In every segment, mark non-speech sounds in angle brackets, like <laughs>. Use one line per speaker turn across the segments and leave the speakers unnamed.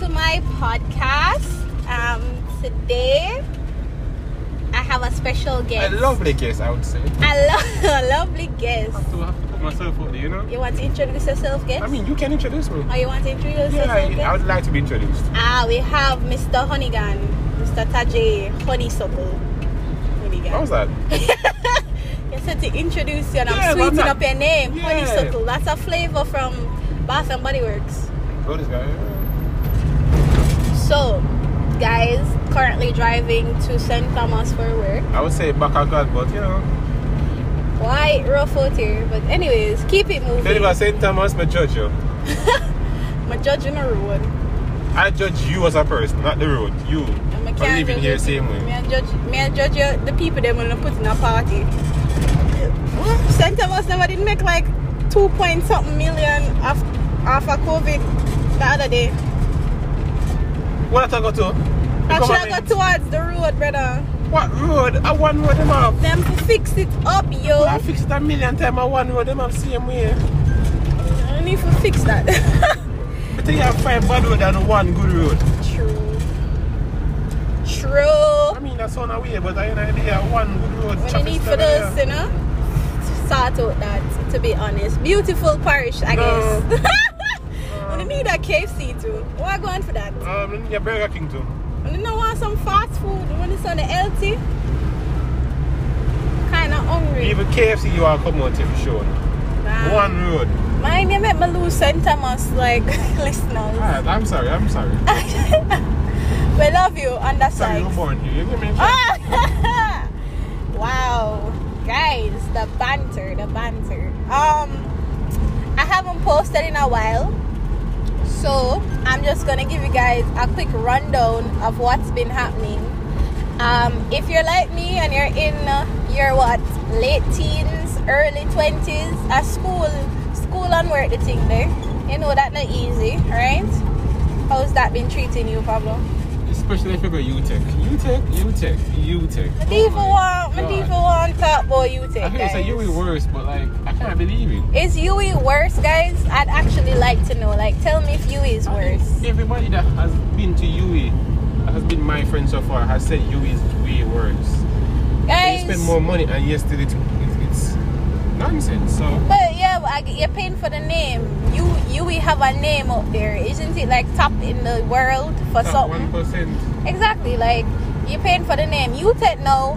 to my podcast. Um, today I have a special guest.
A lovely guess, I would say.
A, lo- <laughs> a lovely guest.
I have to, I have to put myself out there, you know?
You want to introduce yourself, guest?
I mean, you can introduce me.
or you want to introduce
yeah,
yourself?
I, I
guest?
would like to be introduced.
Ah, we have Mr. Honeygan, Mr. Tajay Honeysuckle. Honeygan.
How was that?
You said to introduce you and
Yeah,
I'm
but
sweetening
I'm-
up your name.
Yeah.
Honeysuckle. That's a flavor from Bath and Body Works.
Oh, this guy. yeah.
So, guys, currently driving to St. Thomas for work.
I would say back at God, but you know.
Why rough out here? But anyways, keep it moving.
Deliver St. Thomas, but judge you.
My judge in a road.
I judge you as a person, not the road. You.
I'm a
For living here
the
same
people. Me
way.
and judge, me and judge your, the people them when I put in a party. Whoop, St. Thomas never did make like two point something million af- after COVID the other day.
What I go to?
That
Come
should
on
have
in.
go towards the road, brother.
What road? I one road them up.
Them to fix it up, yo.
I fixed it a million times. I one road them up same way.
I need to fix that. <laughs>
I think you have five bad road and one good road.
True. True.
I mean, that's on a way, but I know they have one good road.
When you
traffic
need for
stuff
those,
there.
you know, sort out that, to be honest. Beautiful parish, I
No. <laughs>
guess. When you need a KFC too. Why go on for that?
Um, you need a Burger King too.
When you know want some fast food, when it's on the LT, kind of hungry.
Even KFC, you are come out here for sure.
Nah.
One road.
Mine, you make me lose St. Thomas, like, <laughs> listeners.
Ah, I'm sorry, I'm sorry.
<laughs> we love you on that side.
Sorry, you were born here. You can mention.
Ah! <laughs> wow, guys, the banter, the banter. Um, I haven't posted in a while, so I'm just gonna give you guys a quick rundown of what's been happening. Um, if you're like me and you're in uh, your what late teens, early twenties, at school, school and work the thing there, you know that not easy, right? How's that been treating you, Pablo?
Especially if you go E UTEC. UTEC, UTEC, UTEC.
Medieval one, medieval one, top boy, you take.
I hear you
guys.
say you were worse, but like, I can't believe it.
Is Yui worse, guys? I'd actually like to know. Like, tell me if Yui is worse.
Everybody that has been to UE, that has been my friend so far, has said UE is way worse.
Guys,
They spend more money, and yes, still it, it, it's nonsense. So,
but yeah, but I, you're paying for the name. You Yui have a name up there, isn't it? Like top in the world for
top
something.
1%.
Exactly. Like you're paying for the name. You take no.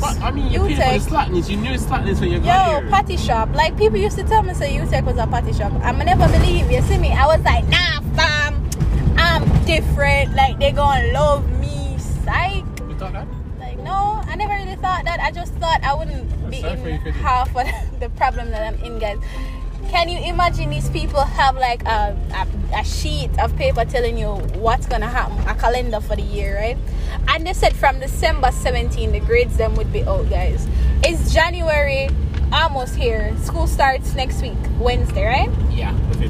But I mean, you pay for the
UTEC.
slackness. You knew slackness when you got
Yo,
here.
patty shop. Like people used to tell me, say UTEC was a patty shop. I'ma never believe you. See me? I was like, nah, fam. I'm different. Like they gonna love me, psych.
You thought that?
Like no, I never really thought that. I just thought I wouldn't be
Sorry for you,
in
Freddy.
half of <laughs> the problem that I'm in, guys. Can you imagine these people have like a, a, a sheet of paper telling you what's gonna happen, a calendar for the year, right? And they said from December 17, the grades them would be out, guys. It's January, almost here. School starts next week, Wednesday, right?
Yeah. Okay.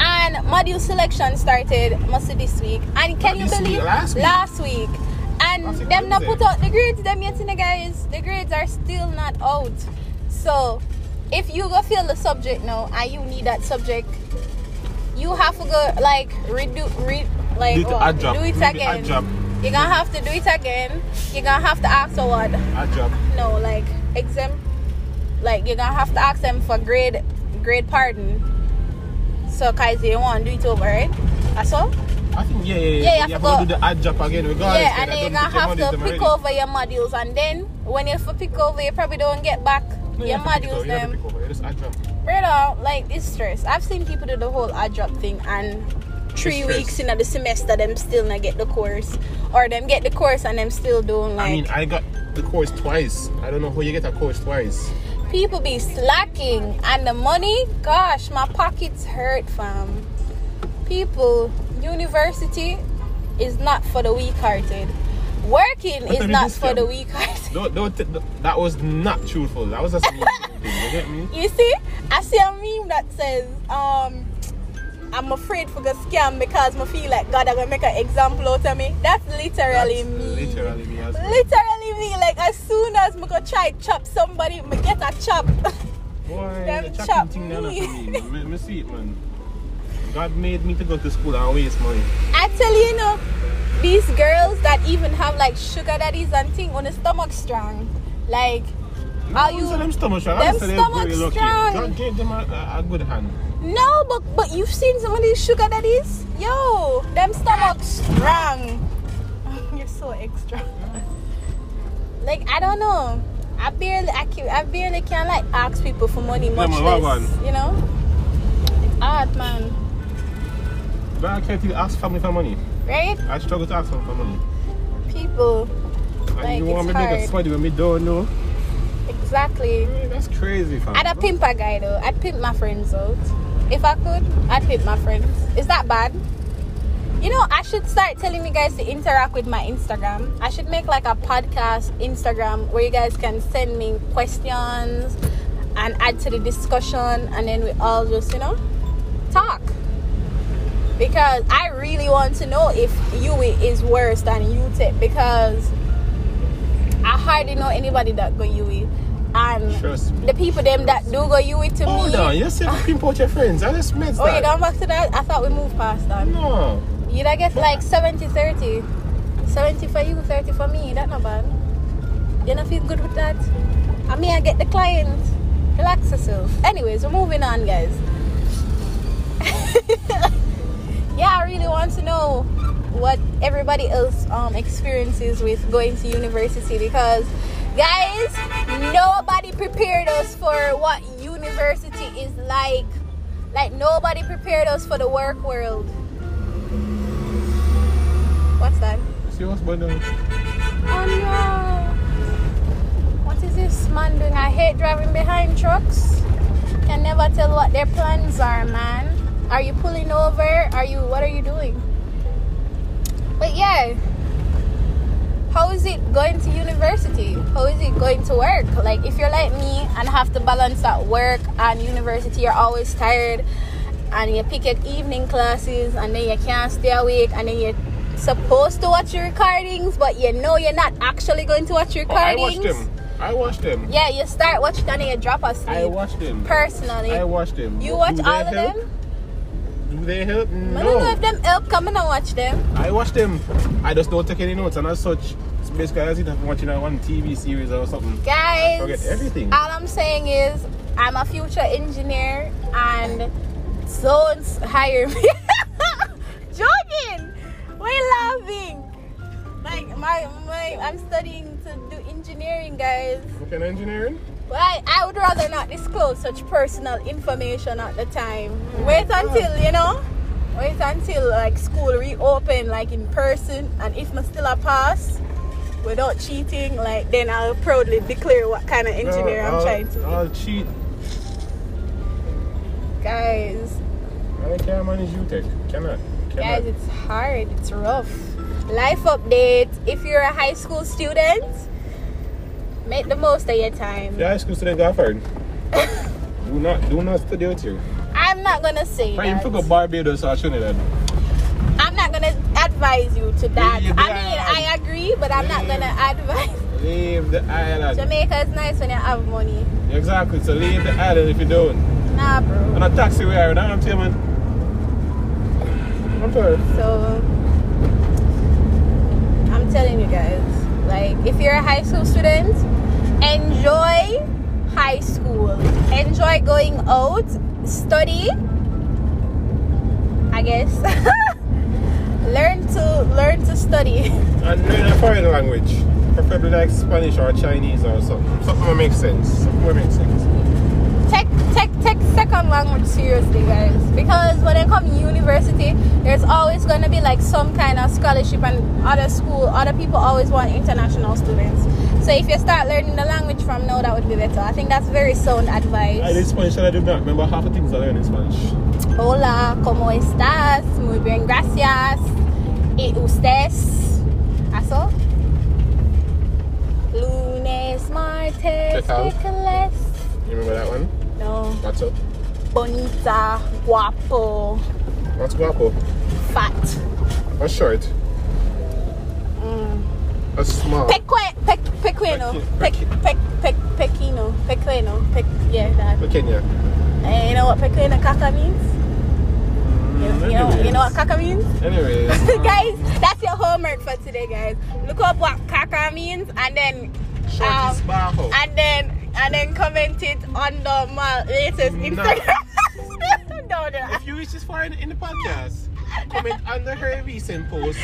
and module selection started must be this week and can
Not
you
this
believe
week, last week.
week. and
Last week
them not
Wednesday.
put out the grades them yet in the guys the grades are still not out so if you go feel the subject now and you need that subject you have to go like redo re, like
Do it
what?
ad job.
do it
Do the
again
ad job.
you're gonna have to do it again you're gonna have to ask for what
Our job.
no like exempt like you're gonna have to ask them for grade grade pardon so guys they want to do it over right that's all
I think yeah, yeah,
Yeah,
yeah.
you have
you
to
have
go-
to do the ad job again. Regardless,
yeah
I
and then you're gonna
don't think
have
they
to
manage them
pick
already.
over your modules and then when you f- pick over you probably don't get back
No, you
your
have to pick
modules
over, you have to
them
pick over, you just ad job.
right out like it's stress i've seen people do the whole ad drop thing and three
It's stress.
weeks into the semester them still not get the course or them get the course and them still doing like
I mean, I got the course twice. I don't know how you get a course twice.
people be slacking and the money gosh my pockets hurt fam people university is not for the weak-hearted working
What
is
time
not
is this,
for the
Kim?
weak-hearted <laughs>
Don't, don't. th- th- that was not truthful. That was just me. <laughs> saying things, you get me?
you see i see a meme that says um i'm afraid for the scam because i feel like god i'm gonna make an example out of me that's literally
That's
me
Literally me. as well.
literally me like as soon as i'm gonna try chop somebody i get a chop <laughs>
Boy,
Them
the
chop
chopping thing down
me.
for me. Me me see it, man. God made me to go to school and waste money.
Actually, you know, these girls that even have like sugar daddies and thing on the stomach strong. Like, are
No,
you?
so them stomach strong.
them
I say
stomach
very lucky.
strong.
God gave them a, a, a good hand.
No, but but you've seen some of these sugar daddies. Yo, them stomach strong. <laughs> You're so extra. like I don't know. I barely I, can, I barely can like ask people for money much
man, what
less.
one?
You know, it's hard, man.
But I can't even ask family for money.
Right?
I struggle to ask them for money.
People.
And
Like,
you want
it's
me to make
hard.
a study when we don't know?
Exactly.
Man, that's crazy, fam.
I'd a pimp a guy though. I'd pimp my friends out. If I could, I'd pimp my friends. Is that bad? You know, I should start telling you guys to interact with my Instagram. I should make like a podcast Instagram where you guys can send me questions and add to the discussion, and then we all just, you know, talk. Because I really want to know if Yui is worse than Utip because I hardly know anybody that go Yui. And
Trust me.
the people them that do go you with to
Hold
me.
on, Oh, you said pimp out your friends. I just meant
<laughs> Oh, you
that.
gone back to that? I thought we moved past that.
No.
You I get like 70 30. 70 for you, 30 for me. That not bad. You know feel good with that? I mean I get the client. Relax yourself. Anyways, we're moving on guys. <laughs> yeah, I really want to know what everybody else um experiences with going to university because guys nobody prepared us for what university is like like nobody prepared us for the work world what's that
See what's going on?
Oh no! What is this man doing? I hate driving behind trucks. Can never tell what their plans are, man. Are you pulling over? Are you? What are you doing? But yeah, how is it going to university? How is it going to work? Like if you're like me and have to balance at work and university, you're always tired, and you pick your evening classes, and then you can't stay awake, and then you're supposed to watch your recordings, but you know you're not actually going to watch your
Oh, I watched
recordings.
them. I watched them.
Yeah, you start watching and then you drop asleep.
I watched them.
Personally,
I watched them.
you
Do
watch
they
all of
help?
them.
Do they help?
I don't know
No.
if them help. Come and watch them.
I watch them. I just don't take any notes, and as such, it's basically as if I'm watching that one TV series or something.
guys
Forget everything.
all i'm saying is i'm a future engineer and don't hire me <laughs> joking we're laughing like my, my i'm studying to do engineering guys
Okay, engineering.
but I, I would rather not disclose such personal information at the time wait until you know wait until like school reopen like in person and if i still a pass without cheating like then i'll proudly declare what kind of engineer i'm
I'll,
trying to be
I'll cheat.
guys
I can't manage you tech. Cannot. Cannot.
guys it's hard it's rough life update if you're a high school student make the most of your time
The high school student got fired. <laughs> do not, do not study out here.
i'm not gonna say
Right, you
that.
pick up Barbados or Trinidad.
I'm not gonna advise you to that.
Yeah,
I
yeah.
mean, I agree, but I'm not gonna advise. <laughs>
Leave the island.
Jamaica is nice when you have money.
Exactly. So leave the island if you don't.
Nah, bro.
And a taxi we are. Now I'm telling. I'm sorry.
So I'm telling you guys, like, if you're a high school student, enjoy high school. Enjoy going out, study. I guess. <laughs> learn to learn to study. <laughs>
And learn a foreign language, preferably like Spanish or Chinese or something. Something that makes sense. Something that makes sense.
take take take second language seriously guys because when it comes to university there's always going to be like some kind of scholarship and other school other people always want international students so if you start learning the language from now that would be better i think that's very sound
I did
advice
Spanish and I do not remember half the things I learned in Spanish.
hola como estas muy bien gracias y usted eso lunes martes
Check out.
miércoles
You remember that one?
no
What's up?
bonita guapo
What's guapo?
fat
What's short? What's small?
Peque, pe, pequeno, pe,
Pequi-
pe, pe, pequeno, pequeno, pe, yeah, that. Eh,
For Kenya.
And you know what pequeno caca means?
Mm,
You know, you know what caca means? <laughs>
Anyways, um,
guys, that's your homework for today, guys. Look up what caca means and then
short is
um,
bajo.
and then and then comment it on the my latest
No.
Instagram. <laughs> no, no.
If you reach this far in, in the podcast, comment under her
<laughs>
recent post.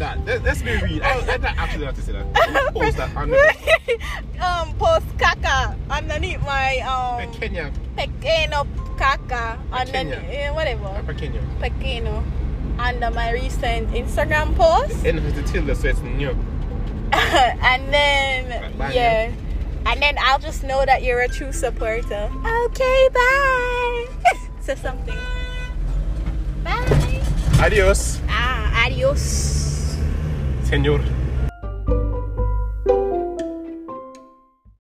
That let, let's be real. I, I, I Oh, actually have to
<laughs>
say that. Post that under
um, post caca underneath my
a
um
Kenya,
pequeno caca underneath
Pequeño.
eh, whatever
a Kenya.
pequeno under my recent Instagram post. <laughs>
And it has a tilde, so it's new.
and then
Bye,
yeah and then i'll just know that you're a true supporter okay bye <laughs> so something bye
Adios,
ah adios
senor.